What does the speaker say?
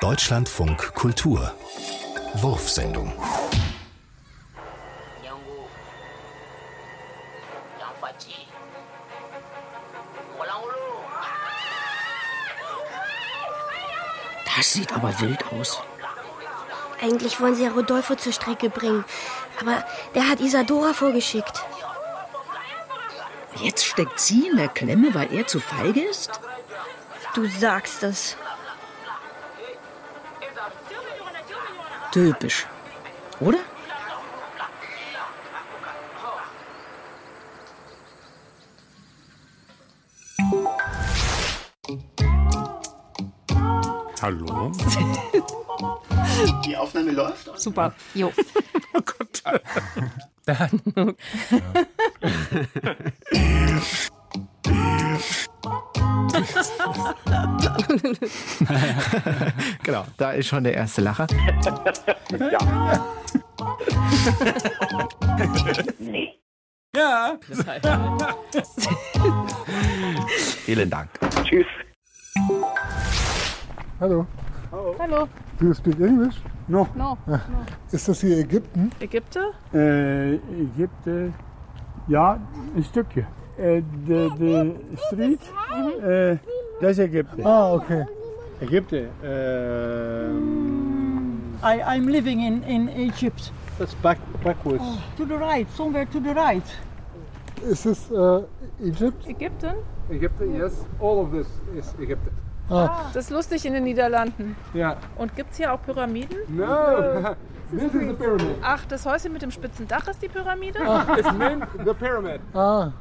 Deutschlandfunk Kultur. Wurfsendung. yangu yanfaci walanwolo Das sieht aber wild aus. Eigentlich wollen sie ja Rodolfo zur Strecke bringen. Aber der hat Isadora vorgeschickt. Jetzt steckt sie in der Klemme, weil er zu feige ist? Du sagst es. Typisch. Oder? Hallo? Die Aufnahme läuft. Super. Jo. Genau, da ist schon der erste Lacher. Ja. Vielen Dank. Tschüss. Hallo. Hallo. Do you speak English? No. Ah. No. Ist das hier Ägypten? Ägypter? Äh, gibt äh, ja ein Stückchen. Äh, the, the street, Mhm. äh, das Ägypten. Ah, okay. Ägypten. ähm, I, I'm living in, in Egypt. Oh, das back, backwards. To the right, somewhere to the right. Ist es uh, äh, Egypt? Ägypten? Ägypten, yes. All of this is Ägypten. Das ist lustig in den Niederlanden. Ja. Und gibt's hier auch Pyramiden? No. This is the pyramid. Ach, das Häuschen mit dem spitzen Dach ist die Pyramide? It's meant the pyramid. Ah,